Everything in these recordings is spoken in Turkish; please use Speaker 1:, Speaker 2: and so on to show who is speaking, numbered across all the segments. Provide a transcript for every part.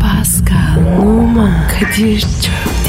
Speaker 1: Pascal, Oman, Kadir çok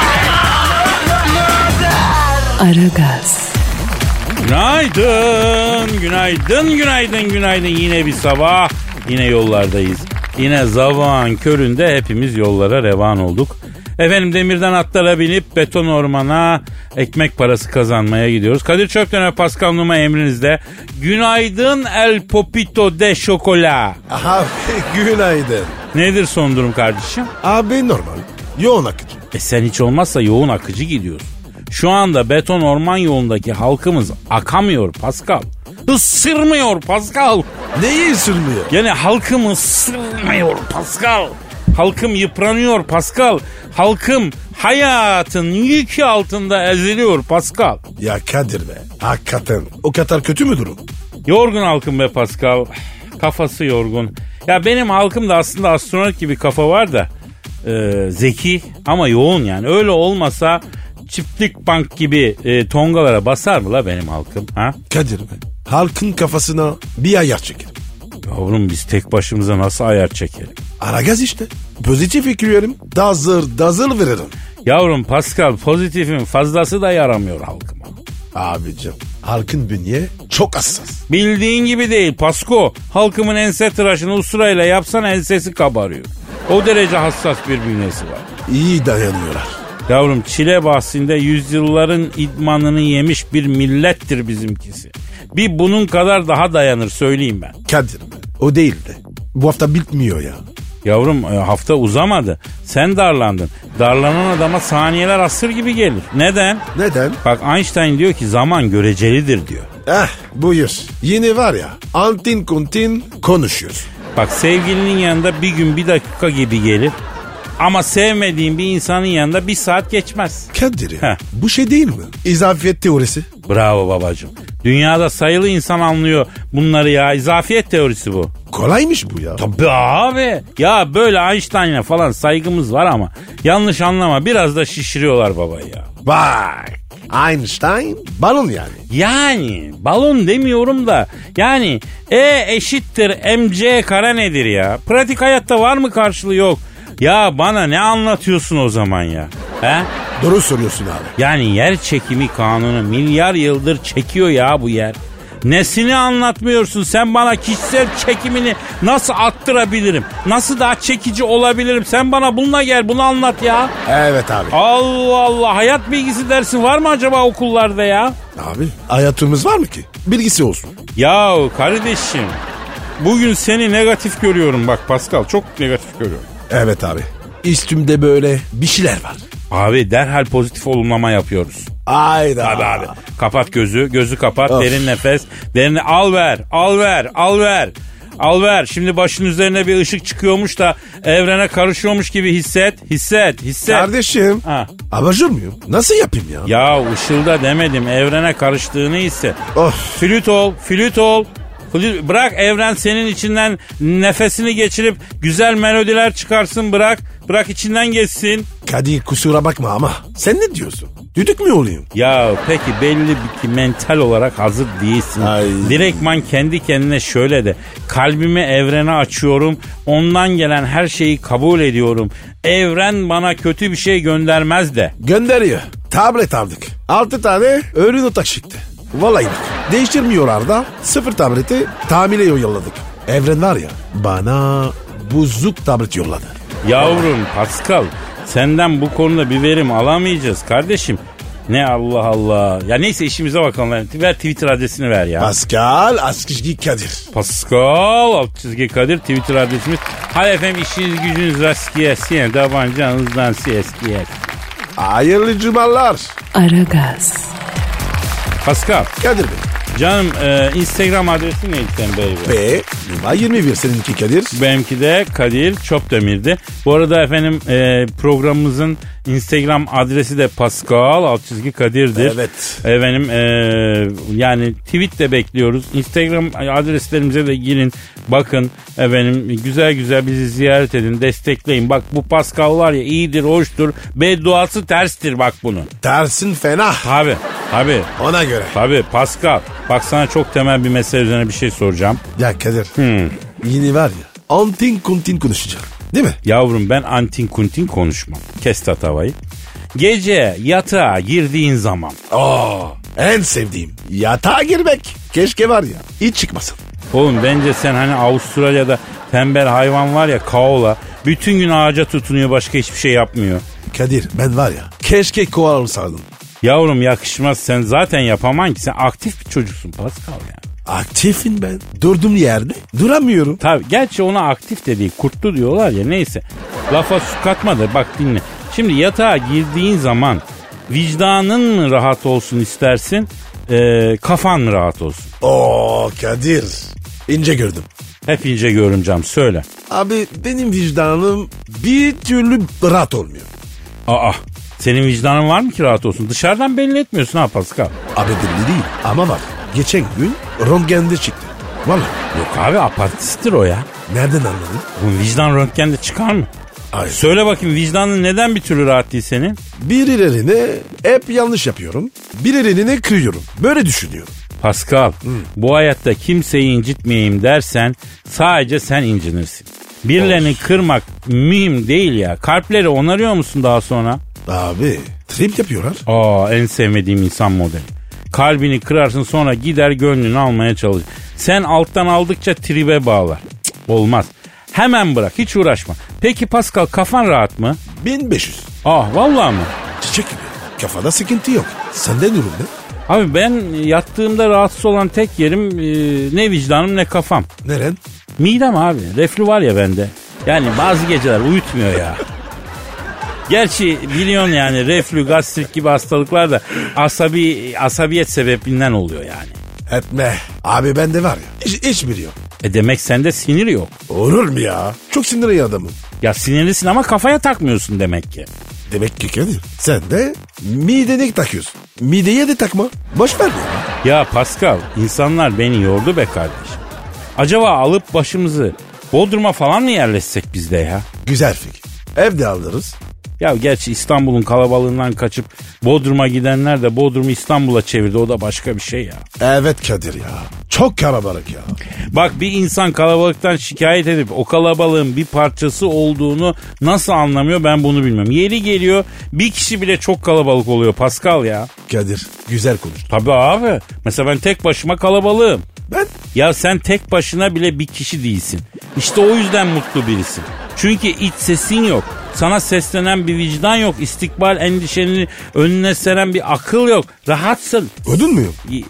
Speaker 1: Aragaz,
Speaker 2: Günaydın, günaydın, günaydın, günaydın. Yine bir sabah, yine yollardayız. Yine zaman köründe hepimiz yollara revan olduk. Efendim demirden atlara binip beton ormana ekmek parası kazanmaya gidiyoruz. Kadir Çöpten Pascal Numa emrinizde. Günaydın El Popito de Şokola.
Speaker 3: Abi günaydın.
Speaker 2: Nedir son durum kardeşim?
Speaker 3: Abi normal. Yoğun akıcı.
Speaker 2: E sen hiç olmazsa yoğun akıcı gidiyorsun. Şu anda beton orman yolundaki halkımız akamıyor Pascal. Isırmıyor Pascal.
Speaker 3: Neyi sürmüyor?
Speaker 2: Yani halkım ısırmıyor Pascal. Halkım yıpranıyor Pascal. Halkım hayatın yükü altında eziliyor Pascal.
Speaker 3: Ya Kadir be. Hakikaten. O kadar kötü mü durum?
Speaker 2: Yorgun halkım be Pascal. Kafası yorgun. Ya benim halkım da aslında astronot gibi kafa var da e, zeki ama yoğun yani. Öyle olmasa çiftlik bank gibi e, tongalara basar mı la benim halkım? Ha?
Speaker 3: Kadir be. Halkın kafasına bir ayar çekil.
Speaker 2: Yavrum biz tek başımıza nasıl ayar çekelim?
Speaker 3: Aragaz işte. Pozitif fikirlerim. Dazır dazır veririm.
Speaker 2: Yavrum Pascal pozitifin fazlası da yaramıyor halkıma.
Speaker 3: Abicim. Halkın bünye çok hassas.
Speaker 2: Bildiğin gibi değil Pasko. Halkımın ense tıraşını usturayla yapsan ensesi kabarıyor. O derece hassas bir bünyesi var.
Speaker 3: İyi dayanıyorlar.
Speaker 2: Yavrum çile bahsinde yüzyılların idmanını yemiş bir millettir bizimkisi. Bir bunun kadar daha dayanır söyleyeyim ben.
Speaker 3: Kadir be. O değil de. Bu hafta bitmiyor ya.
Speaker 2: Yavrum e, hafta uzamadı. Sen darlandın. Darlanan adama saniyeler asır gibi gelir. Neden?
Speaker 3: Neden?
Speaker 2: Bak Einstein diyor ki zaman görecelidir diyor.
Speaker 3: Eh buyur. Yine var ya antin kuntin konuşuyor.
Speaker 2: Bak sevgilinin yanında bir gün bir dakika gibi gelir. Ama sevmediğin bir insanın yanında bir saat geçmez.
Speaker 3: Kadir ya,
Speaker 2: Heh.
Speaker 3: bu şey değil mi? İzafiyet teorisi.
Speaker 2: Bravo babacığım. Dünyada sayılı insan anlıyor bunları ya. İzafiyet teorisi bu.
Speaker 3: Kolaymış bu ya.
Speaker 2: Tabii abi. Ya böyle Einstein'a falan saygımız var ama yanlış anlama biraz da şişiriyorlar baba ya.
Speaker 3: Bak Einstein balon yani.
Speaker 2: Yani balon demiyorum da yani E eşittir MC kare nedir ya? Pratik hayatta var mı karşılığı yok. Ya bana ne anlatıyorsun o zaman ya? He?
Speaker 3: Doğru soruyorsun abi.
Speaker 2: Yani yer çekimi kanunu milyar yıldır çekiyor ya bu yer. Nesini anlatmıyorsun sen bana kişisel çekimini nasıl attırabilirim? Nasıl daha çekici olabilirim? Sen bana bununla gel bunu anlat ya.
Speaker 3: Evet abi.
Speaker 2: Allah Allah hayat bilgisi dersi var mı acaba okullarda ya?
Speaker 3: Abi hayatımız var mı ki? Bilgisi olsun.
Speaker 2: Yahu kardeşim bugün seni negatif görüyorum bak Pascal çok negatif görüyorum.
Speaker 3: Evet abi. Üstümde böyle bir şeyler var.
Speaker 2: Abi derhal pozitif olumlama yapıyoruz.
Speaker 3: Hayda.
Speaker 2: Abi abi. Kapat gözü, gözü kapat,
Speaker 3: Of.
Speaker 2: derin nefes. Derin al ver, al ver, al ver. Al ver. Şimdi başın üzerine bir ışık çıkıyormuş da evrene karışıyormuş gibi hisset, hisset, hisset.
Speaker 3: Kardeşim.
Speaker 2: Ha.
Speaker 3: Abajur muyum? Nasıl yapayım ya?
Speaker 2: Ya ışılda demedim, evrene karıştığını hisset.
Speaker 3: Of.
Speaker 2: Flüt ol, flüt ol. Flüt- Bırak evren senin içinden nefesini geçirip güzel melodiler çıkarsın bırak. Bırak içinden geçsin.
Speaker 3: Kadir kusura bakma ama. Sen ne diyorsun? Düdük mü olayım?
Speaker 2: Ya peki belli ki mental olarak hazır değilsin.
Speaker 3: Ay.
Speaker 2: Direktman kendi kendine şöyle de kalbimi evrene açıyorum. Ondan gelen her şeyi kabul ediyorum. Evren bana kötü bir şey göndermez de.
Speaker 3: Gönderiyor. Tablet aldık. 6 tane öğle notak çıktı. Vallahi bak. Değiştirmiyorlar da sıfır tableti tamire yolladık. Evren var ya bana buzluk tablet yolladı.
Speaker 2: Yavrum Pascal senden bu konuda bir verim alamayacağız kardeşim. Ne Allah Allah. Ya neyse işimize bakalım. Ver Twitter adresini ver ya.
Speaker 3: Pascal Askışgi Kadir.
Speaker 2: Pascal alt çizgi Kadir Twitter adresimiz. Hay efendim işiniz gücünüz rast gelsin. Davancanızdan ses gelsin.
Speaker 3: Hayırlı cumalar.
Speaker 1: Aragaz,
Speaker 2: Pascal
Speaker 3: Kadir Bey.
Speaker 2: canım e, Instagram adresi neydi sen beyler?
Speaker 3: Ve numara 21 seninki Kadir.
Speaker 2: Benimki de Kadir Çopdemir'di. Bu arada efendim e, programımızın Instagram adresi de Pascal alt çizgi Kadir'dir.
Speaker 3: Evet.
Speaker 2: Efendim e, yani tweet de bekliyoruz. Instagram adreslerimize de girin. Bakın efendim güzel güzel bizi ziyaret edin. Destekleyin. Bak bu Pascal var ya iyidir, hoştur. Bedduası terstir bak bunun.
Speaker 3: Tersin fena.
Speaker 2: Tabi tabi
Speaker 3: Ona göre.
Speaker 2: tabi Pascal. Bak sana çok temel bir mesele üzerine bir şey soracağım.
Speaker 3: Ya Kadir. Yine var ya. Antin kuntin konuşacağım. Değil mi?
Speaker 2: Yavrum ben antin kuntin konuşmam. Kes tatavayı. Gece yatağa girdiğin zaman
Speaker 3: Aa, en sevdiğim. Yatağa girmek. Keşke var ya. Hiç çıkmasın.
Speaker 2: Oğlum bence sen hani Avustralya'da tembel hayvan var ya kaola. Bütün gün ağaca tutunuyor başka hiçbir şey yapmıyor.
Speaker 3: Kadir ben var ya. Keşke koala olsaydım.
Speaker 2: Yavrum yakışmaz sen zaten yapaman ki sen aktif bir çocuksun Pascal yani.
Speaker 3: Aktifim ben. Durdum yerde. Duramıyorum.
Speaker 2: Tabi gerçi ona aktif de değil kurtlu diyorlar ya neyse. Lafa su katma da bak dinle. Şimdi yatağa girdiğin zaman vicdanın mı rahat olsun istersin eee, kafan mı rahat olsun?
Speaker 3: Oo Kadir. İnce gördüm.
Speaker 2: Hep ince görümcem söyle.
Speaker 3: Abi benim vicdanım bir türlü rahat olmuyor.
Speaker 2: Aa senin vicdanın var mı ki rahat olsun? Dışarıdan belli etmiyorsun ha Pascal.
Speaker 3: Abi belli değil ama bak geçen gün röntgende çıktı. Vallahi
Speaker 2: Yok abi apatisttir o ya.
Speaker 3: nereden anladın?
Speaker 2: Bu vicdan röntgende çıkar mı?
Speaker 3: Hayır.
Speaker 2: Söyle bakayım vicdanın neden bir türlü rahat değil senin?
Speaker 3: Birilerini hep yanlış yapıyorum. Birilerini kırıyorum. Böyle düşünüyorum.
Speaker 2: Pascal bu hayatta kimseyi incitmeyeyim dersen sadece sen incinirsin. Birilerini kırmak mühim değil ya. Kalpleri onarıyor musun daha sonra?
Speaker 3: Abi trip yapıyorlar.
Speaker 2: Aa en sevmediğim insan modeli. Kalbini kırarsın sonra gider gönlünü almaya çalışır. Sen alttan aldıkça tribe bağlar. Cık, olmaz. Hemen bırak hiç uğraşma. Peki Pascal kafan rahat mı?
Speaker 3: 1500.
Speaker 2: Ah vallahi mı?
Speaker 3: Çiçek gibi. Kafada sıkıntı yok. Sende durum ne?
Speaker 2: Abi ben yattığımda rahatsız olan tek yerim e, ne vicdanım ne kafam.
Speaker 3: Neren?
Speaker 2: Midem abi. Reflü var ya bende. Yani bazı geceler uyutmuyor ya. Gerçi biliyorsun yani reflü, gastrik gibi hastalıklar da asabi asabiyet sebebinden oluyor yani.
Speaker 3: Etme. Abi bende var ya. Hiç, hiçbiri yok.
Speaker 2: E demek sende sinir yok.
Speaker 3: Olur mu ya? Çok sinirli adamım.
Speaker 2: Ya sinirlisin ama kafaya takmıyorsun demek ki.
Speaker 3: Demek ki Kadir sen de midene takıyorsun. Mideye de takma. Boş ver ya.
Speaker 2: Ya Pascal insanlar beni yordu be kardeşim. Acaba alıp başımızı Bodrum'a falan mı yerleşsek biz de ya?
Speaker 3: Güzel fikir. Evde alırız.
Speaker 2: Ya gerçi İstanbul'un kalabalığından kaçıp Bodrum'a gidenler de Bodrum'u İstanbul'a çevirdi. O da başka bir şey ya.
Speaker 3: Evet Kadir ya. Çok kalabalık ya.
Speaker 2: Bak bir insan kalabalıktan şikayet edip o kalabalığın bir parçası olduğunu nasıl anlamıyor ben bunu bilmiyorum. Yeri geliyor bir kişi bile çok kalabalık oluyor Pascal ya.
Speaker 3: Kadir güzel konuştun.
Speaker 2: Tabii abi. Mesela ben tek başıma kalabalığım.
Speaker 3: Ben
Speaker 2: Ya sen tek başına bile bir kişi değilsin. İşte o yüzden mutlu birisin. Çünkü iç sesin yok. Sana seslenen bir vicdan yok. İstikbal endişeni önüne seren bir akıl yok. Rahatsın.
Speaker 3: ödün müyüm?
Speaker 2: Y-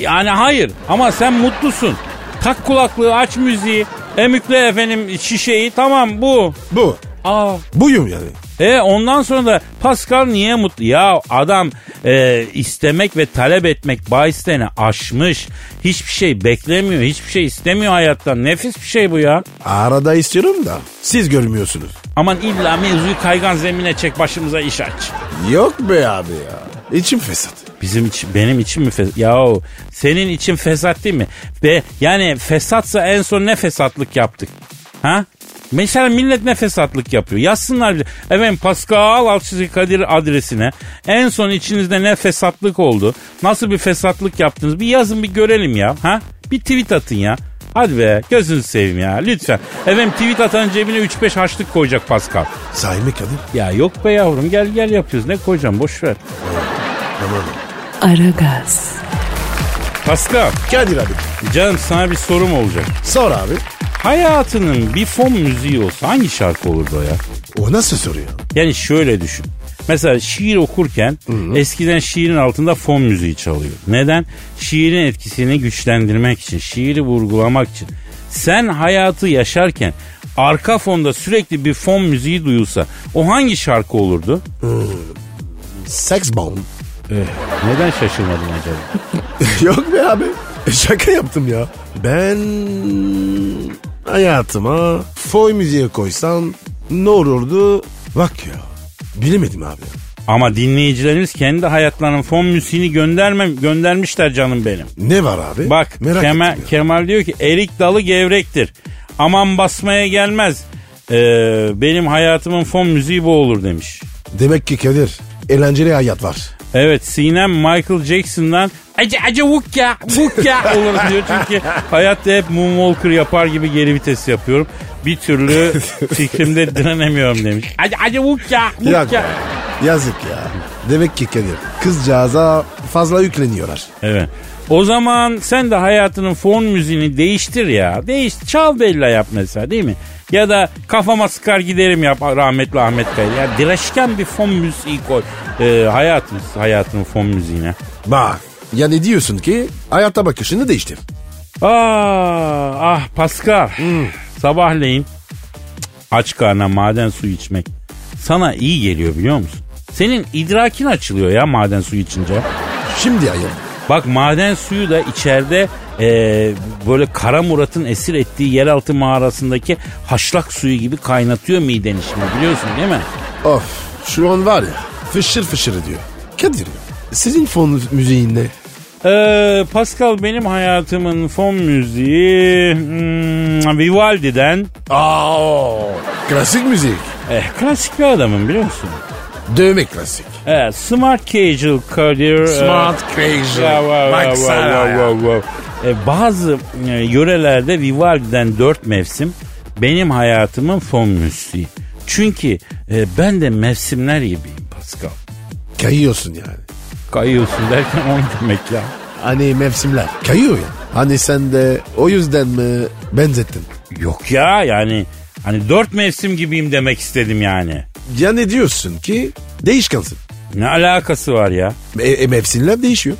Speaker 2: Yani hayır ama sen mutlusun. Tak kulaklığı aç müziği. Emükle efendim şişeyi tamam bu.
Speaker 3: Bu.
Speaker 2: Aa
Speaker 3: Buyum yani.
Speaker 2: e ondan sonra da Pascal niye mutlu? Ya adam e, istemek ve talep etmek bahislerini aşmış. Hiçbir şey beklemiyor, hiçbir şey istemiyor hayattan. Nefis bir şey bu ya.
Speaker 3: Arada istiyorum da siz görmüyorsunuz.
Speaker 2: Aman illa mevzuyu kaygan zemine çek başımıza iş aç.
Speaker 3: Yok be abi ya. İçim fesat.
Speaker 2: Bizim için, benim için mi fesat? Yahu senin için fesat değil mi? Ve yani fesatsa en son ne fesatlık yaptık? Ha? Mesela millet ne fesatlık yapıyor? Yazsınlar bize. Efendim Pascal Alçızı Kadir adresine en son içinizde ne fesatlık oldu? Nasıl bir fesatlık yaptınız? Bir yazın bir görelim ya. Ha? Bir tweet atın ya. Hadi be gözünüzü seveyim ya lütfen. Efendim tweet atan cebine 3-5 haçlık koyacak Pascal.
Speaker 3: Sahi mi Kadir?
Speaker 2: Ya yok be yavrum gel gel yapıyoruz ne koyacağım boş ver.
Speaker 3: Tamam.
Speaker 1: Aragaz,
Speaker 2: Pascal
Speaker 3: Kadir abi.
Speaker 2: Canım sana bir sorum olacak.
Speaker 3: Sor abi.
Speaker 2: Hayatının bir fon müziği olsa hangi şarkı olurdu o ya?
Speaker 3: O nasıl soruyor?
Speaker 2: Yani şöyle düşün. Mesela şiir okurken eskiden şiirin altında fon müziği çalıyor. Neden? Şiirin etkisini güçlendirmek için, şiiri vurgulamak için. Sen hayatı yaşarken arka fonda sürekli bir fon müziği duyulsa o hangi şarkı olurdu?
Speaker 3: Sex bomb.
Speaker 2: Neden şaşırmadın acaba?
Speaker 3: Yok be abi. E, Şaka yaptım ya. Ben hayatıma foy müziği koysam ne olurdu? Bak ya. Bilemedim abi.
Speaker 2: Ama dinleyicilerimiz kendi hayatlarının fon müziğini göndermem, göndermişler canım benim.
Speaker 3: Ne var abi?
Speaker 2: Bak
Speaker 3: Merak
Speaker 2: Kemal,
Speaker 3: ettim ya.
Speaker 2: Kemal diyor ki erik dalı gevrektir. Aman basmaya gelmez. Ee, benim hayatımın fon müziği bu olur demiş.
Speaker 3: Demek ki Kadir eğlenceli hayat var.
Speaker 2: Evet Sinem Michael Jackson'dan acı acı vukya vukya olur diyor. Çünkü hayatta hep moonwalker yapar gibi geri vites yapıyorum. Bir türlü fikrimde direnemiyorum demiş. Acı acı vukya
Speaker 3: Ya,
Speaker 2: vukya.
Speaker 3: yazık ya. Demek ki Kadir kızcağıza fazla yükleniyorlar.
Speaker 2: Evet. O zaman sen de hayatının fon müziğini değiştir ya. Değiş, çal bella yap mesela değil mi? Ya da kafama sıkar giderim yap rahmetli Ahmet Bey. Ya direşken bir fon müziği koy. Ee, hayatımız, hayatının fon müziğine.
Speaker 3: Bak yani diyorsun ki hayata bakışını değiştir.
Speaker 2: Aa, ah Pascal. Sabahleyin cık, aç karnına maden suyu içmek sana iyi geliyor biliyor musun? Senin idrakin açılıyor ya maden suyu içince.
Speaker 3: Şimdi ayıl.
Speaker 2: Bak maden suyu da içeride e, böyle Kara Murat'ın esir ettiği yeraltı mağarasındaki haşlak suyu gibi kaynatıyor miden şimdi biliyorsun değil mi?
Speaker 3: Of şu an var ya fışır fışır diyor. Kadir sizin fon müziğin ne?
Speaker 2: Ee, Pascal benim hayatımın fon müziği hmm, Vivaldi'den
Speaker 3: Aa, klasik müzik.
Speaker 2: eh, klasik bir adamım biliyor musun?
Speaker 3: Dövme klasik.
Speaker 2: Evet, smart casual e, career.
Speaker 3: casual.
Speaker 2: bazı e, yörelerde Vivaldi'den dört mevsim benim hayatımın fon müziği. Çünkü e, ben de mevsimler gibiyim Pascal.
Speaker 3: Kayıyorsun yani.
Speaker 2: Kayıyorsun derken onu demek ya.
Speaker 3: Hani mevsimler. Kayıyor ya. Hani sen de o yüzden mi benzettin?
Speaker 2: Yok ya yani hani dört mevsim gibiyim demek istedim yani.
Speaker 3: Ya ne diyorsun ki değişkansın.
Speaker 2: Ne alakası var ya?
Speaker 3: E, e, mevsimler değişiyor.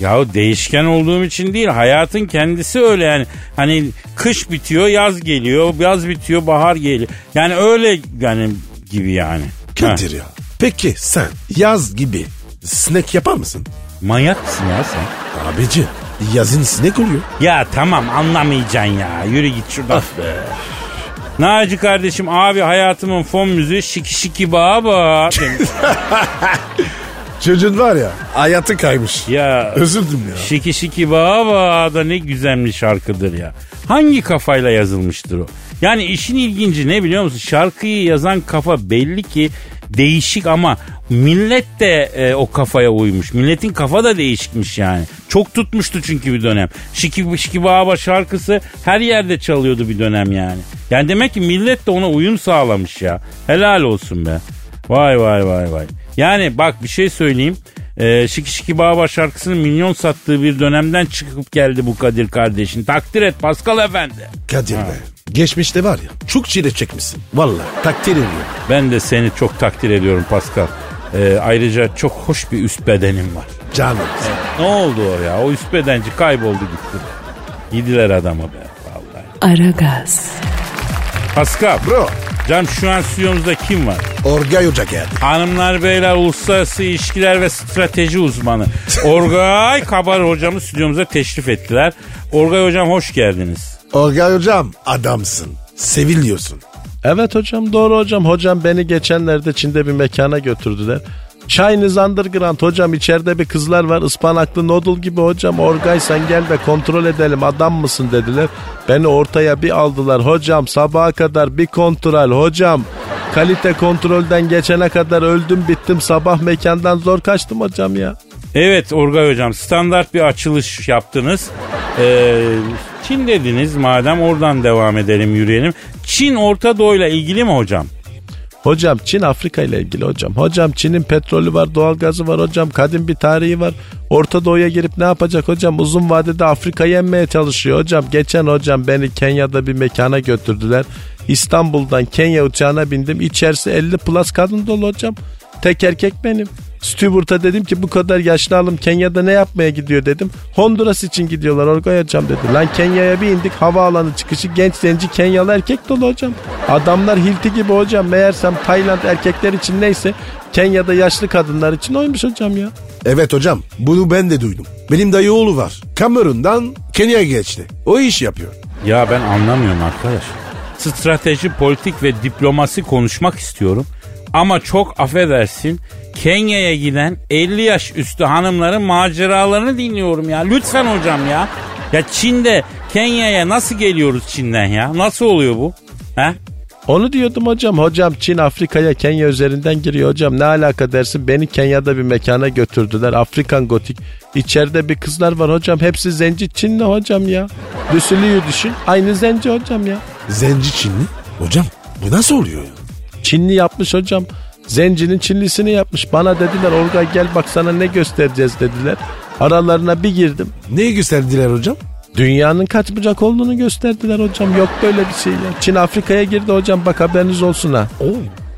Speaker 2: Yahu değişken olduğum için değil hayatın kendisi öyle yani. Hani kış bitiyor yaz geliyor yaz bitiyor bahar geliyor. Yani öyle yani gibi yani.
Speaker 3: Kadir
Speaker 2: Ha,
Speaker 3: ya. Peki sen yaz gibi snack yapar mısın?
Speaker 2: Manyak mısın ya sen?
Speaker 3: Abici yazın snack oluyor.
Speaker 2: Ya tamam anlamayacaksın ya yürü git şuradan. be. Naci kardeşim abi hayatımın fon müziği şiki şiki baba.
Speaker 3: Çocuğun var ya hayatı kaymış.
Speaker 2: ya
Speaker 3: Üzüldüm ya.
Speaker 2: Şiki şiki baba da ne güzel bir şarkıdır ya. Hangi kafayla yazılmıştır o? Yani işin ilginci ne biliyor musun? Şarkıyı yazan kafa belli ki değişik ama millet de e, o kafaya uymuş. Milletin kafa da değişikmiş yani. Çok tutmuştu çünkü bir dönem. Şiki şiki baba şarkısı her yerde çalıyordu bir dönem yani. Yani demek ki millet de ona uyum sağlamış ya. Helal olsun be. Vay vay vay vay. Yani bak bir şey söyleyeyim. Ee, Şiki Şiki Baba şarkısının milyon sattığı bir dönemden çıkıp geldi bu Kadir kardeşin. Takdir et Pascal Efendi.
Speaker 3: Kadir be. Geçmişte var ya çok çile çekmişsin. Vallahi takdir ediyorum.
Speaker 2: Ben de seni çok takdir ediyorum Pascal. Ee, ayrıca çok hoş bir üst bedenin var.
Speaker 3: Canım.
Speaker 2: Ne oldu o ya? O üst bedenci kayboldu gitti. Yediler adamı be. Vallahi.
Speaker 1: Aragaz,
Speaker 2: Pascal.
Speaker 3: Bro.
Speaker 2: Can şu an stüdyomuzda kim var?
Speaker 3: Orgay Hoca geldi.
Speaker 2: Hanımlar beyler uluslararası ilişkiler ve strateji uzmanı Orgay Kabar hocamı stüdyomuza teşrif ettiler. Orgay hocam hoş geldiniz.
Speaker 3: Orgay Hocam adamsın. Seviliyorsun.
Speaker 4: Evet hocam doğru hocam. Hocam beni geçenlerde Çin'de bir mekana götürdüler. Chinese Underground hocam içeride bir kızlar var ıspanaklı noodle gibi hocam Orgay sen gel de kontrol edelim adam mısın dediler. Beni ortaya bir aldılar hocam sabaha kadar bir kontrol hocam. Kalite kontrolden geçene kadar öldüm bittim sabah mekandan zor kaçtım hocam ya.
Speaker 2: Evet Orgay hocam standart bir açılış yaptınız. Ee, Çin dediniz madem oradan devam edelim yürüyelim. Çin Orta Doğu'yla ilgili mi hocam?
Speaker 4: Hocam Çin Afrika ile ilgili hocam. Hocam Çin'in petrolü var, doğalgazı var hocam. Kadim bir tarihi var. Orta Doğu'ya girip ne yapacak hocam? Uzun vadede Afrika'yı yenmeye çalışıyor hocam. Geçen hocam beni Kenya'da bir mekana götürdüler. İstanbul'dan Kenya uçağına bindim. İçerisi 50 plus kadın dolu hocam. Tek erkek benim. Stewart'a dedim ki bu kadar yaşlı alım Kenya'da ne yapmaya gidiyor dedim. Honduras için gidiyorlar Orgay hocam dedi. Lan Kenya'ya bir indik havaalanı çıkışı genç zenci Kenyalı erkek dolu hocam. Adamlar hilti gibi hocam meğersem Tayland erkekler için neyse Kenya'da yaşlı kadınlar için oymuş hocam ya.
Speaker 3: Evet hocam bunu ben de duydum. Benim dayı oğlu var. Kamerun'dan Kenya'ya geçti. O iş yapıyor.
Speaker 2: Ya ben anlamıyorum arkadaş. Strateji, politik ve diplomasi konuşmak istiyorum. Ama çok affedersin Kenya'ya giden 50 yaş üstü hanımların maceralarını dinliyorum ya. Lütfen hocam ya. Ya Çin'de Kenya'ya nasıl geliyoruz Çin'den ya? Nasıl oluyor bu? He?
Speaker 4: Onu diyordum hocam. Hocam Çin Afrika'ya Kenya üzerinden giriyor hocam. Ne alaka dersin? Beni Kenya'da bir mekana götürdüler. Afrikan gotik. İçeride bir kızlar var hocam. Hepsi zenci Çinli hocam ya. Düsülüyü düşün. Aynı zenci hocam ya.
Speaker 3: Zenci Çinli. Hocam bu nasıl oluyor ya?
Speaker 4: Çinli yapmış hocam. Zencinin Çinlisini yapmış. Bana dediler Orga gel bak sana ne göstereceğiz dediler. Aralarına bir girdim.
Speaker 3: Neyi gösterdiler hocam?
Speaker 4: Dünyanın kaç bucak olduğunu gösterdiler hocam. Yok böyle bir şey ya. Çin Afrika'ya girdi hocam bak haberiniz olsun ha.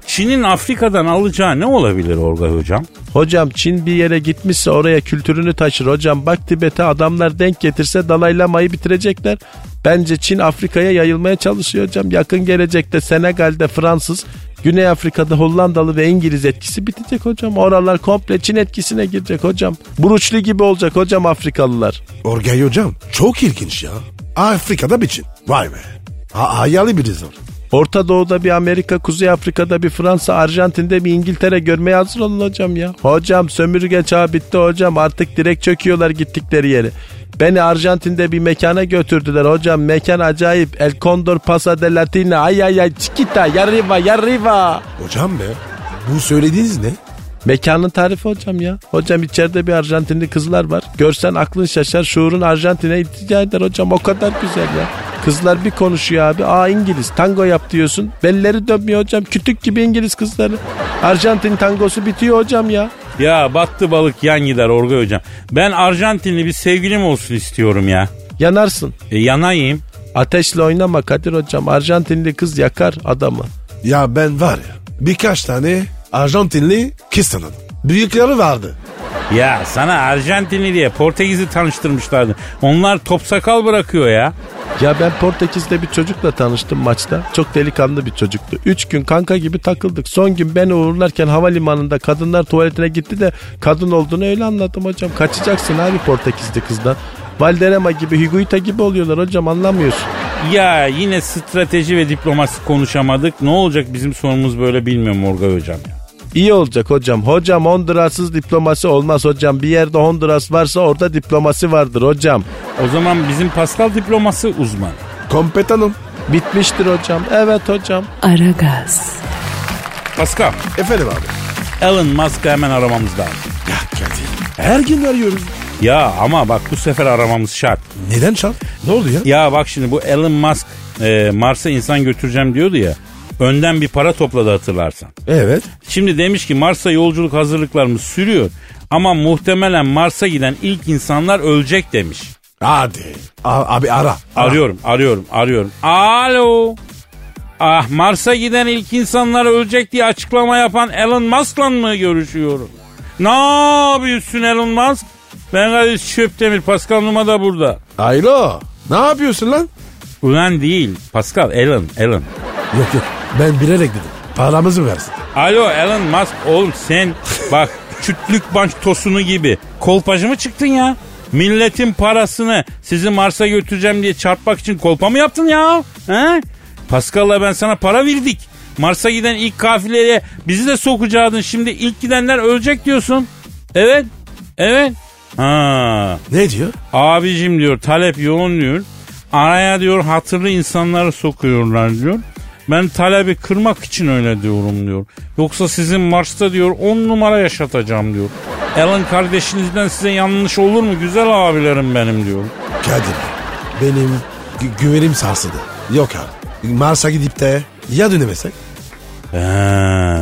Speaker 2: Çin'in Afrika'dan alacağı ne olabilir Orga hocam?
Speaker 4: Hocam Çin bir yere gitmişse oraya kültürünü taşır. Hocam bak Tibet'e adamlar denk getirse Dalai Lama'yı bitirecekler. Bence Çin Afrika'ya yayılmaya çalışıyor hocam. Yakın gelecekte Senegal'de Fransız, Güney Afrika'da Hollandalı ve İngiliz etkisi bitecek hocam. Oralar komple Çin etkisine girecek hocam. Buruçlu gibi olacak hocam Afrikalılar.
Speaker 3: Orgay hocam çok ilginç ya. Afrika'da biçim. Vay be. Ha hayali bir rezor.
Speaker 4: Orta Doğu'da bir Amerika, Kuzey Afrika'da bir Fransa, Arjantin'de bir İngiltere görmeye hazır olun hocam ya. Hocam sömürge çağı bitti hocam artık direkt çöküyorlar gittikleri yere. Beni Arjantin'de bir mekana götürdüler hocam. Mekan acayip. El Condor Pasa de Latina. Ay ay ay chiquita. Yarriba yarriba.
Speaker 3: Hocam be bu söylediğiniz ne?
Speaker 4: Mekanın tarifi hocam ya. Hocam içeride bir Arjantinli kızlar var. Görsen aklın şaşar şuurun Arjantin'e iltica eder hocam. O kadar güzel ya. Kızlar bir konuşuyor abi. Aa İngiliz tango yap diyorsun. Belleri dönmüyor hocam. Kütük gibi İngiliz kızları. Arjantin tangosu bitiyor hocam ya.
Speaker 2: Ya battı balık yan gider Orga hocam. Ben Arjantinli bir sevgilim olsun istiyorum ya.
Speaker 4: Yanarsın.
Speaker 2: E, yanayım.
Speaker 4: Ateşle oynama Kadir hocam. Arjantinli kız yakar adamı.
Speaker 3: Ya ben var ya birkaç tane Arjantinli kız tanıdım. Büyükleri vardı.
Speaker 2: Ya sana Arjantinli diye Portekiz'i tanıştırmışlardı. Onlar top sakal bırakıyor ya.
Speaker 4: Ya ben Portekiz'de bir çocukla tanıştım maçta. Çok delikanlı bir çocuktu. Üç gün kanka gibi takıldık. Son gün beni uğurlarken havalimanında kadınlar tuvaletine gitti de kadın olduğunu öyle anladım hocam. Kaçacaksın abi Portekizli kızdan. Valderema gibi, Higuita gibi oluyorlar hocam anlamıyorsun.
Speaker 2: Ya yine strateji ve diplomasi konuşamadık. Ne olacak bizim sorumuz böyle bilmiyorum Orga hocam. ya.
Speaker 4: İyi olacak hocam. Hocam Honduras'sız diplomasi olmaz hocam. Bir yerde Honduras varsa orada diplomasi vardır hocam.
Speaker 2: O zaman bizim Pascal diplomasi uzmanı.
Speaker 3: Kompetanım.
Speaker 4: Bitmiştir hocam. Evet hocam.
Speaker 1: Aragaz,
Speaker 2: Pascal,
Speaker 3: Efendim abi.
Speaker 2: Elon Musk'ı hemen aramamız lazım.
Speaker 3: Ya Kadir. Her gün arıyoruz.
Speaker 2: Ya ama bak bu sefer aramamız şart.
Speaker 3: Neden çal? Ne oldu ya?
Speaker 2: Ya bak şimdi bu Elon Musk e, Mars'a insan götüreceğim diyordu ya. Önden bir para topladı hatırlarsan.
Speaker 3: Evet.
Speaker 2: Şimdi demiş ki Mars'a yolculuk hazırlıklarımız sürüyor. Ama muhtemelen Mars'a giden ilk insanlar ölecek demiş.
Speaker 3: Hadi. A- abi ara. ara.
Speaker 2: Arıyorum, arıyorum, arıyorum. Alo. Ah Mars'a giden ilk insanlar ölecek diye açıklama yapan Elon Musk'la mı görüşüyorum? Ne yapıyorsun Elon Musk? Ben Kadir Çöptemir, Pascal Numa da burada.
Speaker 3: Aylo. Ne yapıyorsun lan?
Speaker 2: Ulan değil, Pascal, Elon, Elon.
Speaker 3: Yok yok. Ben bilerek dedim. Paramızı versin.
Speaker 2: Alo Elon Musk oğlum sen bak çütlük banç tosunu gibi kolpacı mı çıktın ya? Milletin parasını sizi Mars'a götüreceğim diye çarpmak için kolpa mı yaptın ya? He? Pascal'la ben sana para verdik. Mars'a giden ilk kafileye bizi de sokacaktın. Şimdi ilk gidenler ölecek diyorsun. Evet. Evet. Ha.
Speaker 3: Ne diyor?
Speaker 2: Abicim diyor talep yoğun diyor. Araya diyor hatırlı insanları sokuyorlar diyor. Ben talebi kırmak için öyle diyorum diyor. Yoksa sizin Mars'ta diyor on numara yaşatacağım diyor. Alan kardeşinizden size yanlış olur mu güzel abilerim benim diyor.
Speaker 3: Kadir. Benim gü- güvenim sarsıldı. Yok abi. Mars'a gidip de ya dönemesek?
Speaker 2: He,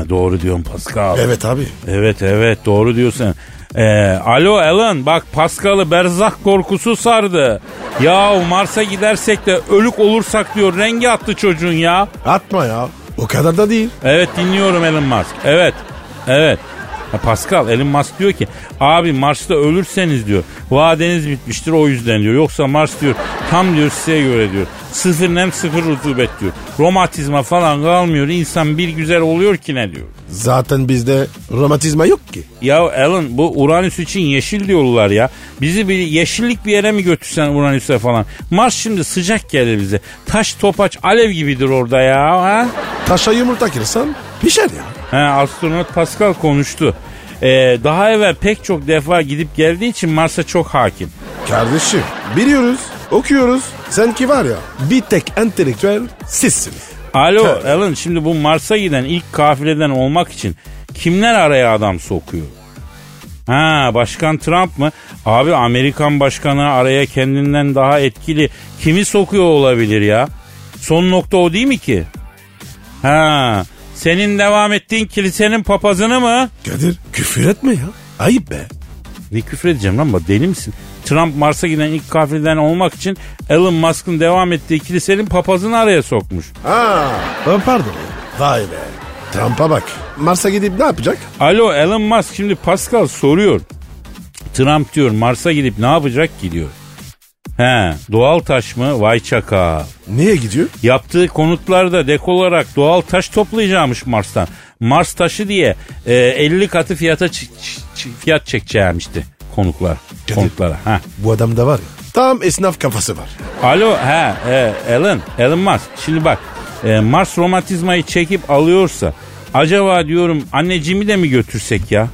Speaker 2: doğru diyorsun Pascal.
Speaker 3: Evet abi.
Speaker 2: Evet evet doğru diyorsun. Ee, alo Alan bak Pascal'ı berzak korkusu sardı. Yahu Mars'a gidersek de ölük olursak diyor rengi attı çocuğun ya.
Speaker 3: Atma ya. O kadar da değil.
Speaker 2: Evet dinliyorum Elon Musk. Evet. Evet. Ha, Pascal Elon Musk diyor ki abi Mars'ta ölürseniz diyor vadeniz bitmiştir o yüzden diyor. Yoksa Mars diyor tam diyor size göre diyor. Sıfır nem sıfır rutubet diyor. Romatizma falan kalmıyor insan bir güzel oluyor ki ne diyor.
Speaker 3: Zaten bizde romatizma yok ki.
Speaker 2: Ya Elon bu Uranüs için yeşil diyorlar ya. Bizi bir yeşillik bir yere mi götürsen Uranüs'e falan. Mars şimdi sıcak gelir bize. Taş topaç alev gibidir orada ya. Ha?
Speaker 3: Taşa yumurta kırsan pişer ya.
Speaker 2: He, astronot Pascal konuştu. Ee, daha evvel pek çok defa gidip geldiği için Mars'a çok hakim.
Speaker 3: Kardeşim biliyoruz, okuyoruz. Sen ki var ya bir tek entelektüel sizsiniz.
Speaker 2: Alo
Speaker 3: Tabii.
Speaker 2: Alan şimdi bu Mars'a giden ilk kafileden olmak için kimler araya adam sokuyor? Ha başkan Trump mı? Abi Amerikan başkanı araya kendinden daha etkili kimi sokuyor olabilir ya? Son nokta o değil mi ki? Ha senin devam ettiğin kilisenin papazını mı?
Speaker 3: Kadir küfür etme ya. Ayıp be.
Speaker 2: Ne küfür edeceğim lan bak deli misin? Trump Mars'a giden ilk kafileden olmak için Elon Musk'ın devam ettiği kilisenin papazını araya sokmuş.
Speaker 3: Ha. Ben pardon. Vay be. Trump'a bak. Mars'a gidip ne yapacak?
Speaker 2: Alo Elon Musk şimdi Pascal soruyor. Trump diyor Mars'a gidip ne yapacak ki diyor. He doğal taş mı? Vay çaka.
Speaker 3: Niye gidiyor?
Speaker 2: Yaptığı konutlarda dek olarak doğal taş toplayacağımış Mars'tan. Mars taşı diye e, 50 katı fiyata çi- çi- çi- fiyat çekeceğimişti konuklar. Konuklara. Ha.
Speaker 3: Bu adamda var ya. Tam esnaf kafası var.
Speaker 2: Alo he e, Elon, Elon Musk. Şimdi bak e, Mars romatizmayı çekip alıyorsa acaba diyorum anneciğimi de mi götürsek ya?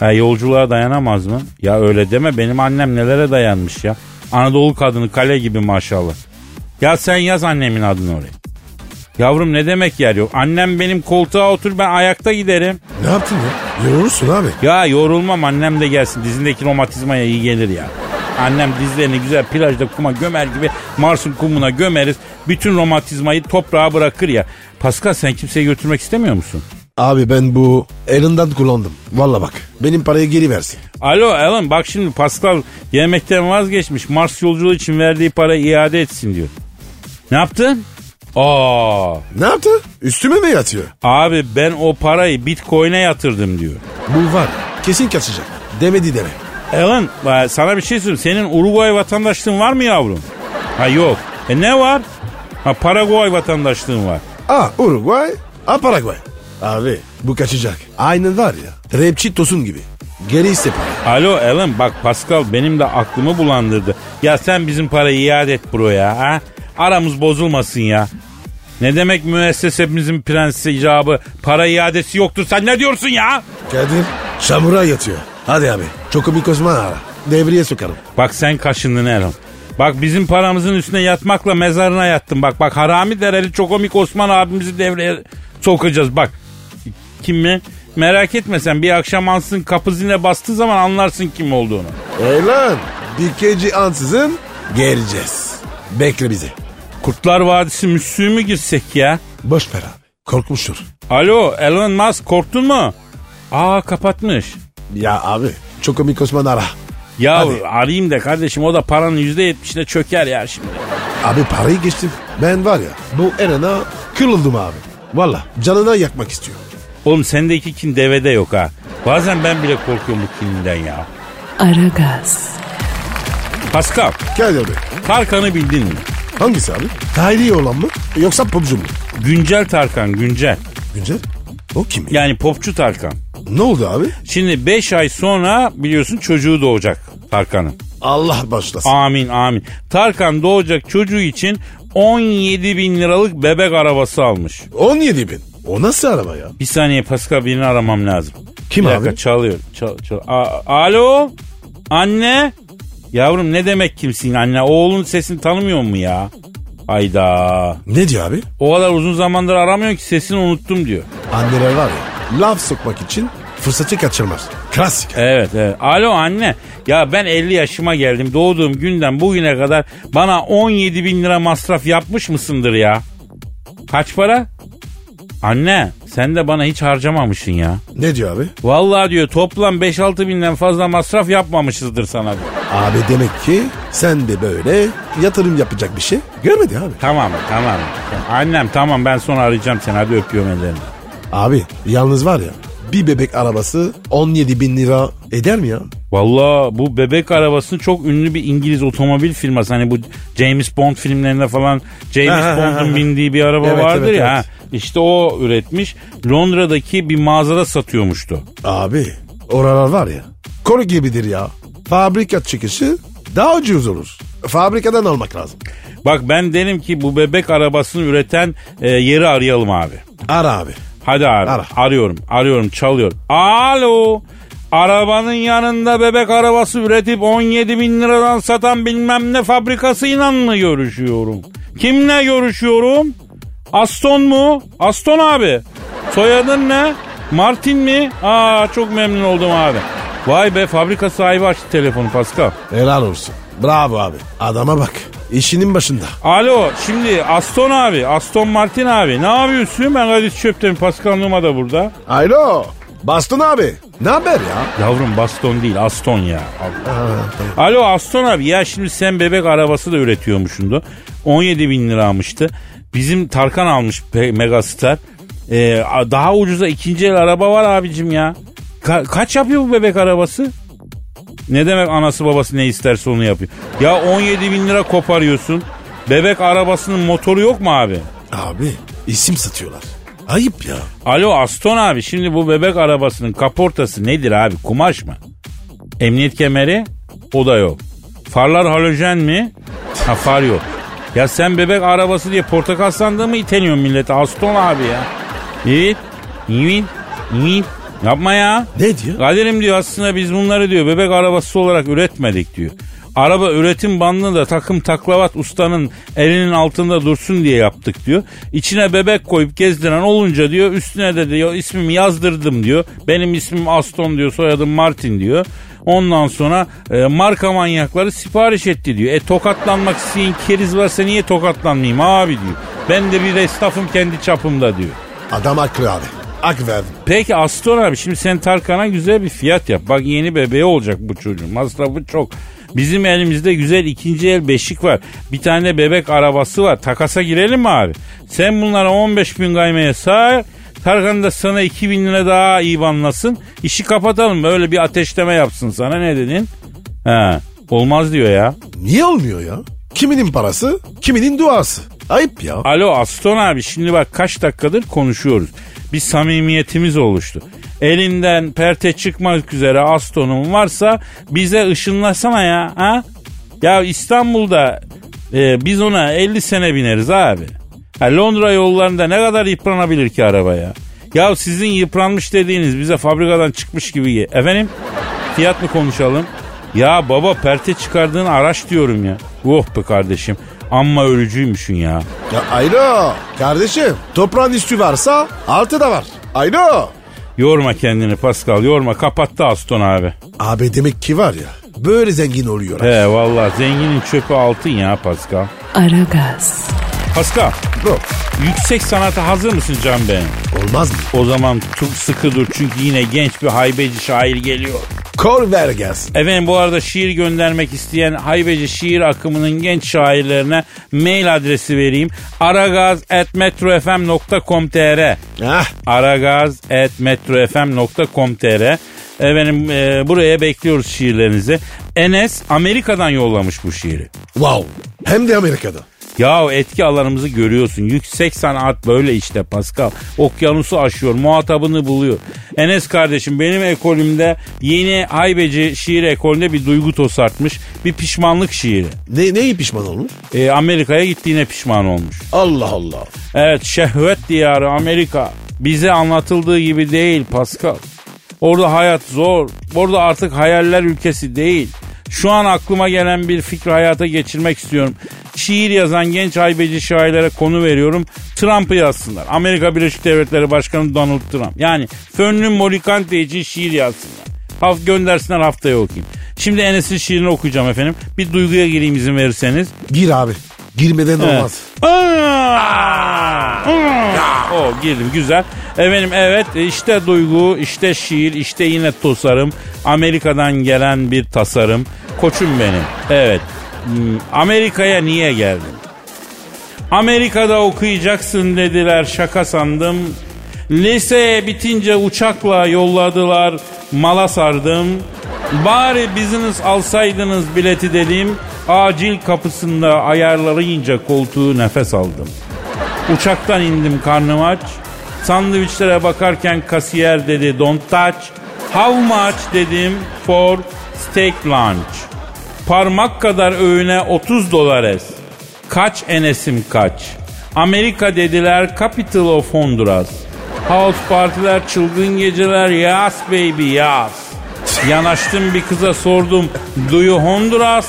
Speaker 2: Ha, yolculuğa dayanamaz mı? Ya öyle deme benim annem nelere dayanmış ya. Anadolu kadını kale gibi maşallah. Ya sen yaz annemin adını oraya. Yavrum ne demek yer yok. Annem benim koltuğa otur ben ayakta giderim.
Speaker 3: Ne yaptın ya? Yorulursun abi.
Speaker 2: Ya yorulmam annem de gelsin. Dizindeki romatizmaya iyi gelir ya. Annem dizlerini güzel plajda kuma gömer gibi Mars'ın kumuna gömeriz. Bütün romatizmayı toprağa bırakır ya. Pascal sen kimseyi götürmek istemiyor musun?
Speaker 3: Abi ben bu elinden kullandım. Valla bak. Benim parayı geri versin.
Speaker 2: Alo Alan bak şimdi Pascal yemekten vazgeçmiş. Mars yolculuğu için verdiği para iade etsin diyor. Ne yaptın? Aa,
Speaker 3: Ne yaptı? Üstüme mi yatıyor?
Speaker 2: abi ben o parayı Bitcoin'e yatırdım diyor.
Speaker 3: Bu var. Kesin kaçacak. Demedi deme.
Speaker 2: Alan e, sana bir şey söyleyeyim. Senin Uruguay vatandaşlığın var mı yavrum? Ha yok. E ne var? Ha Paraguay vatandaşlığın var.
Speaker 3: A Ah, Uruguay, A Paraguay. Abi bu kaçacak. Aynı var ya. Rapçi Tosun gibi. Geri iste para.
Speaker 2: Alo Alan bak Pascal benim de aklımı bulandırdı. Ya sen bizim parayı iade et bro ya. Ha? Aramız bozulmasın ya. Ne demek müessesemizin prensi icabı para iadesi yoktur sen ne diyorsun ya?
Speaker 3: Kadir çamura yatıyor. Hadi abi. Çokobi Kozman ara. Devreye sokarım.
Speaker 2: Bak sen kaşındın Erhan. Bak bizim paramızın üstüne yatmakla mezarına yattın. Bak bak harami dereli çokomik Osman abimizi devreye sokacağız bak. Kim mi? Merak etme sen bir akşam ansın kapı zile bastığı zaman anlarsın kim olduğunu.
Speaker 3: Ey lan. Bir keci ansızın geleceğiz. Bekle bizi.
Speaker 2: Kurtlar Vadisi müslüğü mü girsek ya?
Speaker 3: Boş ver abi. Korkmuştur.
Speaker 2: Alo Elon Musk korktun mu? Aa kapatmış.
Speaker 3: Ya abi. Çokobi Kozman ara.
Speaker 2: Ya
Speaker 3: Hadi.
Speaker 2: arayayım da kardeşim o da paranın %70'ine çöker ya şimdi.
Speaker 3: Abi parayı geçtim. Ben var ya bu Eren'a kırıldım abi. Valla canına yakmak istiyor.
Speaker 2: Oğlum sendeki kin devede yok ha. Bazen ben bile korkuyorum bu kininden ya.
Speaker 1: Aragaz,
Speaker 2: Pascal
Speaker 3: Kadir Bey.
Speaker 2: Tarkan'ı bildin mi?
Speaker 3: Hangisi abi? Tahiri olan mı? Yoksa popcu mu?
Speaker 2: Güncel Tarkan güncel.
Speaker 3: Güncel. O kim? ya?
Speaker 2: Yani popçu Tarkan.
Speaker 3: Ne oldu abi?
Speaker 2: Şimdi 5 ay sonra biliyorsun çocuğu doğacak Tarkan'ın.
Speaker 3: Allah başlasın.
Speaker 2: Amin amin. Tarkan doğacak çocuğu için 17 bin liralık bebek arabası almış.
Speaker 3: 17 bin. O nasıl araba ya?
Speaker 2: Bir saniye Pascal birini aramam lazım.
Speaker 3: Kim
Speaker 2: Bir dakika,
Speaker 3: abi?
Speaker 2: çalıyor. Çal, çal. A- Alo? Anne? Yavrum ne demek kimsin anne? Oğlun sesini tanımıyor mu ya? Hayda.
Speaker 3: Ne diyor abi?
Speaker 2: O kadar uzun zamandır aramıyor ki sesini unuttum diyor.
Speaker 3: Anneler var ya laf sokmak için fırsatı kaçırmaz. Klasik.
Speaker 2: Evet evet. Alo anne. Ya ben 50 yaşıma geldim. Doğduğum günden bugüne kadar bana 17 bin lira masraf yapmış mısındır ya? Kaç para? Anne sen de bana hiç harcamamışsın ya.
Speaker 3: Ne diyor abi?
Speaker 2: Vallahi diyor toplam 5-6 binden fazla masraf yapmamışızdır sana diyor.
Speaker 3: Abi demek ki sen de böyle yatırım yapacak bir şey görmedi abi.
Speaker 2: Tamam tamam. Annem tamam ben sonra arayacağım seni hadi öpüyorum ellerini.
Speaker 3: Abi yalnız var ya bir bebek arabası 17 bin lira eder mi ya?
Speaker 2: Valla bu bebek arabasını çok ünlü bir İngiliz otomobil firması. Hani bu James Bond filmlerinde falan
Speaker 3: Ha, ha,
Speaker 2: James
Speaker 3: ha, ha.
Speaker 2: Bond'un bindiği bir araba
Speaker 3: Evet,
Speaker 2: vardır
Speaker 3: evet,
Speaker 2: ya.
Speaker 3: evet.
Speaker 2: ha. İşte o üretmiş. Londra'daki bir mağazada satıyormuştu.
Speaker 3: Abi oralar var ya koru gibidir ya. Fabrika çıkışı daha ucuz olur. Fabrikadan almak lazım.
Speaker 2: Bak ben derim ki bu bebek arabasını üreten e, yeri arayalım abi.
Speaker 3: Ara abi.
Speaker 2: Hadi abi.
Speaker 3: Ara.
Speaker 2: Arıyorum, arıyorum, çalıyorum. Alo. Arabanın yanında bebek arabası üretip 17 bin liradan satan bilmem ne fabrikasıyla mı görüşüyorum? Kimle görüşüyorum? Aston mu? Aston abi. Soyadın ne? Martin mi? Aa çok memnun oldum abi. Vay be fabrika sahibi açtı telefonu Pascal.
Speaker 3: Helal olsun. Bravo abi. Adama bak. İşinin başında.
Speaker 2: Alo şimdi Aston abi, Aston Martin abi ne yapıyorsun? Ben Kadir Çöp'teyim Pascal Numa da burada.
Speaker 3: Alo. Bastın abi. Ne haber ya?
Speaker 2: Yavrum baston değil Aston ya. Alo Aston abi ya şimdi sen bebek arabası da üretiyormuşsun da. 17 bin lira almıştı. Bizim Tarkan almış pe- Megastar. Ee, a- daha ucuza ikinci el araba var abicim ya. Ka- kaç yapıyor bu bebek arabası? Ne demek anası babası ne isterse onu yapıyor. Ya 17 bin lira koparıyorsun. Bebek arabasının motoru yok mu abi?
Speaker 3: Abi isim satıyorlar. Ayıp ya.
Speaker 2: Alo Aston abi şimdi bu bebek arabasının kaportası nedir abi kumaş mı? Emniyet kemeri o da yok. Farlar halojen mi? Ha far yok. Ya sen bebek arabası diye portakal sandığı mı iteniyorsun millete Aston abi ya? Evet. Evet. Evet. Yapma ya.
Speaker 3: Ne diyor?
Speaker 2: Kadir'im diyor aslında biz bunları diyor bebek arabası olarak üretmedik diyor. Araba üretim bandını da takım taklavat ustanın elinin altında dursun diye yaptık diyor. İçine bebek koyup gezdiren olunca diyor üstüne de diyor ismimi yazdırdım diyor. Benim ismim Aston diyor soyadım Martin diyor. Ondan sonra e, marka manyakları sipariş etti diyor. E tokatlanmak isteyen keriz varsa niye tokatlanmayayım abi diyor. Ben de bir esnafım kendi çapımda diyor.
Speaker 3: Adam haklı abi. Hak verdim.
Speaker 2: Peki Aston abi şimdi sen Tarkan'a güzel bir fiyat yap. Bak yeni bebeği olacak bu çocuğun. Masrafı çok. Bizim elimizde güzel ikinci el beşik var. Bir tane bebek arabası var. Takasa girelim mi abi? Sen bunlara 15 bin kaymaya sar. Tarkan da sana 2 bin lira daha ibanlasın. İşi kapatalım. Böyle bir ateşleme yapsın sana. Ne dedin? He. Olmaz diyor ya.
Speaker 3: Niye olmuyor ya? Kiminin parası, kiminin duası. Ayıp ya.
Speaker 2: Alo Aston abi şimdi bak kaç dakikadır konuşuyoruz. Bir samimiyetimiz oluştu. Elinden perte çıkmak üzere Aston'un varsa bize ışınlasana ya. Ha? Ya İstanbul'da e, biz ona 50 sene bineriz abi. Ha, Londra yollarında ne kadar yıpranabilir ki araba ya? Ya sizin yıpranmış dediğiniz bize fabrikadan çıkmış gibi. ge- Efendim fiyat mı konuşalım? Ya baba perte çıkardığın araç diyorum ya. Oh be kardeşim amma ölücüymüşsün ya.
Speaker 3: Ya Aylo kardeşim toprağın üstü varsa altı da var. Aylo.
Speaker 2: Yorma kendini Pascal yorma kapattı Aston abi.
Speaker 3: Abi demek ki var ya böyle zengin oluyor.
Speaker 2: He vallahi zenginin çöpü altın ya Pascal.
Speaker 1: Aragaz,
Speaker 2: Pascal
Speaker 3: Bro,
Speaker 2: yüksek sanata hazır mısın Can Bey?
Speaker 3: olmaz mı?
Speaker 2: O zaman çok sıkı dur çünkü yine genç bir haybeci şair geliyor.
Speaker 3: Kor ver gelsin.
Speaker 2: Efendim bu arada şiir göndermek isteyen haybeci şiir akımının genç şairlerine mail adresi vereyim. aragaz.metrofm.com.tr
Speaker 3: Hah,
Speaker 2: aragaz.metrofm.com.tr Efendim e, buraya bekliyoruz şiirlerinizi. Enes Amerika'dan yollamış bu şiiri.
Speaker 3: wow. Hem de Amerika'da.
Speaker 2: Ya etki alanımızı görüyorsun. Yüksek sanat böyle işte Pascal. Okyanusu aşıyor, muhatabını buluyor. Enes kardeşim benim ekolümde yeni Haybeci şiir ekolünde bir duygu tosartmış. Bir pişmanlık şiiri.
Speaker 3: Ne, neyi pişman olmuş?
Speaker 2: E, Amerika'ya gittiğine pişman olmuş.
Speaker 3: Allah Allah.
Speaker 2: Evet şehvet diyarı Amerika bize anlatıldığı gibi değil Pascal. Orada hayat zor. Orada artık hayaller ülkesi değil. Şu an aklıma gelen bir fikri hayata geçirmek istiyorum. Şiir yazan genç haybeci şairlere konu veriyorum. Trump'ı yazsınlar. Amerika Birleşik Devletleri Başkanı Donald Trump. Yani Fönlü Morikante için şiir yazsınlar. Haft göndersinler haftaya okuyayım. Şimdi Enes'in şiirini okuyacağım efendim. Bir duyguya gireyim izin verirseniz.
Speaker 3: Gir abi. Girmeden olmaz.
Speaker 2: Aa! Aa! O girdim güzel. Efendim evet işte duygu, işte şiir, işte yine tasarım. Amerika'dan gelen bir tasarım. Koçum benim. Evet. Hmm, Amerika'ya niye geldim? Amerika'da okuyacaksın dediler şaka sandım. Lise bitince uçakla yolladılar mala sardım. Bari biziniz alsaydınız bileti dedim. Acil kapısında ayarlayınca koltuğu nefes aldım. Uçaktan indim karnım aç. Sandviçlere bakarken kasiyer dedi don't touch. How much dedim for steak lunch. Parmak kadar öğüne 30 dolares. Kaç enesim kaç. Amerika dediler capital of Honduras. House partiler, çılgın geceler, yas baby yas. Yanaştım bir kıza sordum, do you Honduras?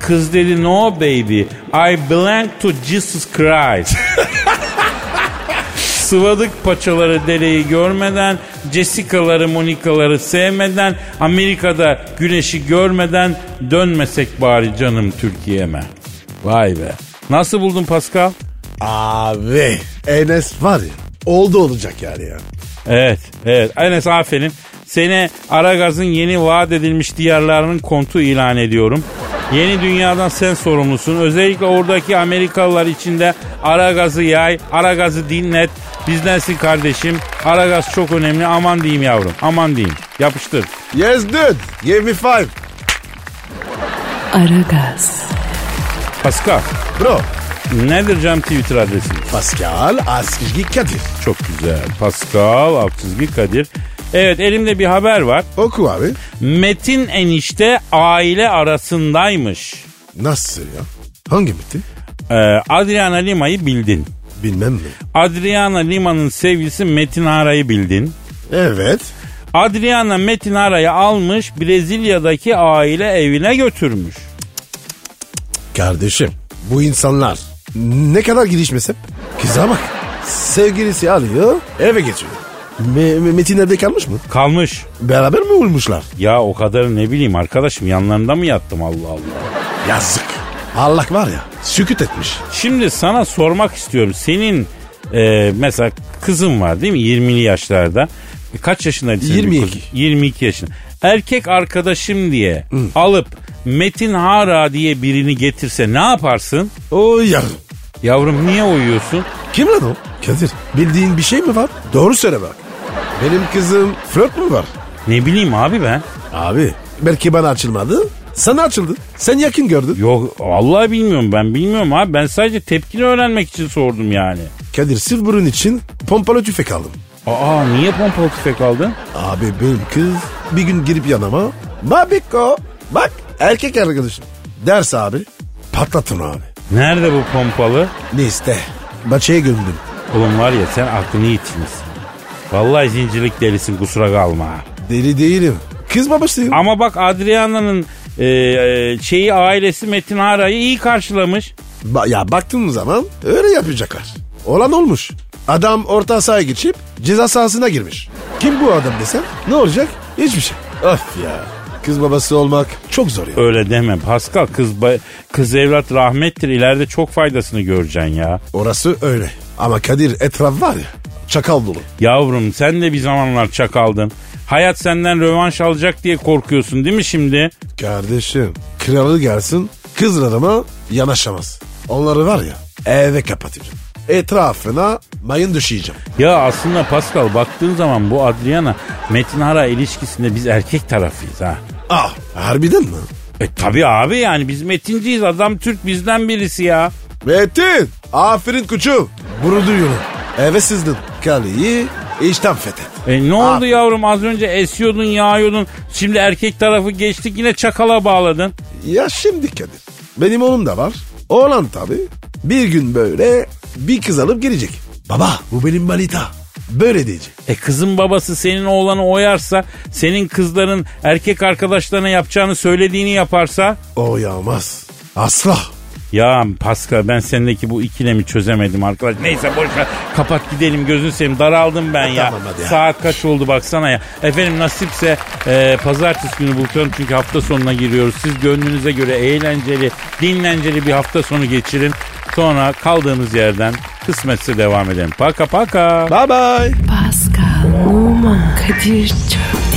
Speaker 2: Kız dedi no baby, I belong to Jesus Christ. Sıvadık paçaları dereyi görmeden, Jessica'ları Monika'ları sevmeden, Amerika'da güneşi görmeden dönmesek bari canım Türkiye'me. Vay be. Nasıl buldun Pascal?
Speaker 3: Abi Enes var ya oldu olacak yani ya.
Speaker 2: Evet, evet. Enes aferin. Seni Aragaz'ın yeni vaat edilmiş diyarlarının kontu ilan ediyorum. Yeni dünyadan sen sorumlusun. Özellikle oradaki Amerikalılar içinde Aragaz'ı yay, Aragaz'ı dinlet. Bizdensin kardeşim. Aragaz çok önemli. Aman diyeyim yavrum. Aman diyeyim. Yapıştır.
Speaker 3: Yes dude give me five.
Speaker 1: Aragaz,
Speaker 2: Pascal,
Speaker 3: Bro
Speaker 2: nedir cam Twitter adresimiz?
Speaker 3: Pascal Askizgi Kadir.
Speaker 2: Çok güzel. Pascal, alt çizgi Kadir. Evet elimde bir haber var.
Speaker 3: Oku abi.
Speaker 2: Metin enişte aile arasındaymış.
Speaker 3: Nasıl ya? Hangi miti?
Speaker 2: Ee, Adriana Lima'yı bildin.
Speaker 3: Bilmem mi?
Speaker 2: Adriana Lima'nın sevgilisi Metin Ara'yı bildin.
Speaker 3: Evet.
Speaker 2: Adriana Metin Ara'yı almış Brezilya'daki aile evine götürmüş.
Speaker 3: Kardeşim bu insanlar ne kadar girişmesem kıza bak. Sevgilisi alıyor eve geçiyor. Me- Me- Metin evde kalmış mı?
Speaker 2: Kalmış.
Speaker 3: Beraber mi olmuşlar?
Speaker 2: Ya o kadar ne bileyim arkadaşım yanlarında mı yattım Allah Allah.
Speaker 3: Yazık. Allah var ya sükut etmiş.
Speaker 2: Şimdi sana sormak istiyorum. Senin e, mesela kızın var değil mi 20'li yaşlarda. E, kaç yaşındaydı senin
Speaker 3: 22.
Speaker 2: kızın? 22 yaşında. Erkek arkadaşım diye alıp Metin Hara diye birini getirse ne yaparsın?
Speaker 3: O yar.
Speaker 2: Yavrum niye uyuyorsun?
Speaker 3: Kim lan o? Kadir bildiğin bir şey mi var? Doğru söyle bak. Benim kızım flört mü var?
Speaker 2: Ne bileyim abi ben.
Speaker 3: Abi belki bana açılmadı. Sana açıldı. Sen yakın gördün.
Speaker 2: Yok vallahi bilmiyorum ben bilmiyorum abi. Ben sadece tepkini öğrenmek için sordum yani.
Speaker 3: Kadir sırf bunun için pompalı tüfek aldım.
Speaker 2: Aa niye pompalı tüfek aldın?
Speaker 3: Abi benim kız bir gün girip yanıma Babiko bak erkek arkadaşım ders abi patlatın abi.
Speaker 2: Nerede bu pompalı?
Speaker 3: Neyse maçaya gömdüm.
Speaker 2: Oğlum var ya sen aklını yitirmişsin. Vallahi zincirlik delisin kusura kalma. ha.
Speaker 3: Deli değilim. Kız babasıyım.
Speaker 2: Ama bak Adriana'nın e, e, şeyi ailesi Metin Hara'yı iyi karşılamış.
Speaker 3: Ba- ya baktığım zaman öyle yapacaklar. Olan olmuş. Adam orta sahaya geçip ceza sahasına girmiş. Kim bu adam desem ne olacak? Hiçbir şey. Of ya. Kız babası olmak çok zor ya.
Speaker 2: Öyle deme Pascal kız ba- kız evlat rahmettir ileride çok faydasını göreceksin ya.
Speaker 3: Orası öyle. Ama Kadir etraf var ya çakal dolu.
Speaker 2: Yavrum sen de bir zamanlar çakaldın. Hayat senden rövanş alacak diye korkuyorsun değil mi şimdi?
Speaker 3: Kardeşim kralı gelsin kızlarıma yanaşamaz. Onları var ya eve kapatacağım. Etrafına mayın düşeceğim.
Speaker 2: Ya aslında Pascal baktığın zaman bu Adriana Metin Hara ilişkisinde biz erkek tarafıyız ha.
Speaker 3: Ah harbiden mi?
Speaker 2: E tabi abi yani biz Metinciyiz adam Türk bizden birisi ya.
Speaker 3: Metin aferin kuçum. Bunu duyuyorum. Eve sızdın. Kaleyi işten fethet.
Speaker 2: E ne oldu
Speaker 3: Abi.
Speaker 2: yavrum az önce esiyordun yağıyordun şimdi erkek tarafı geçtik yine çakala bağladın.
Speaker 3: Ya şimdi Kadir. Benim oğlum da var. Oğlan tabii. Bir gün böyle bir kız alıp gelecek. Baba bu benim balita. Böyle diyecek.
Speaker 2: E kızın babası senin oğlanı oyarsa senin kızların erkek arkadaşlarına yapacağını söylediğini yaparsa
Speaker 3: O yağmaz. Asla.
Speaker 2: Ya Pascal ben sendeki bu ikilemi çözemedim arkadaş. Neyse boş ver. Kapat gidelim gözünü seveyim. Daraldım ben ya.
Speaker 3: E, Tamam, hadi ya.
Speaker 2: Saat kaç oldu baksana ya. Efendim nasipse e, pazartesi günü buluşalım çünkü hafta sonuna giriyoruz. Siz gönlünüze göre eğlenceli, dinlenceli bir hafta sonu geçirin. Sonra kaldığımız yerden kısmetse devam edelim. Paka paka.
Speaker 3: Bye bye.
Speaker 1: Pascal, Oman, Kadir çok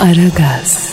Speaker 1: Aragaz.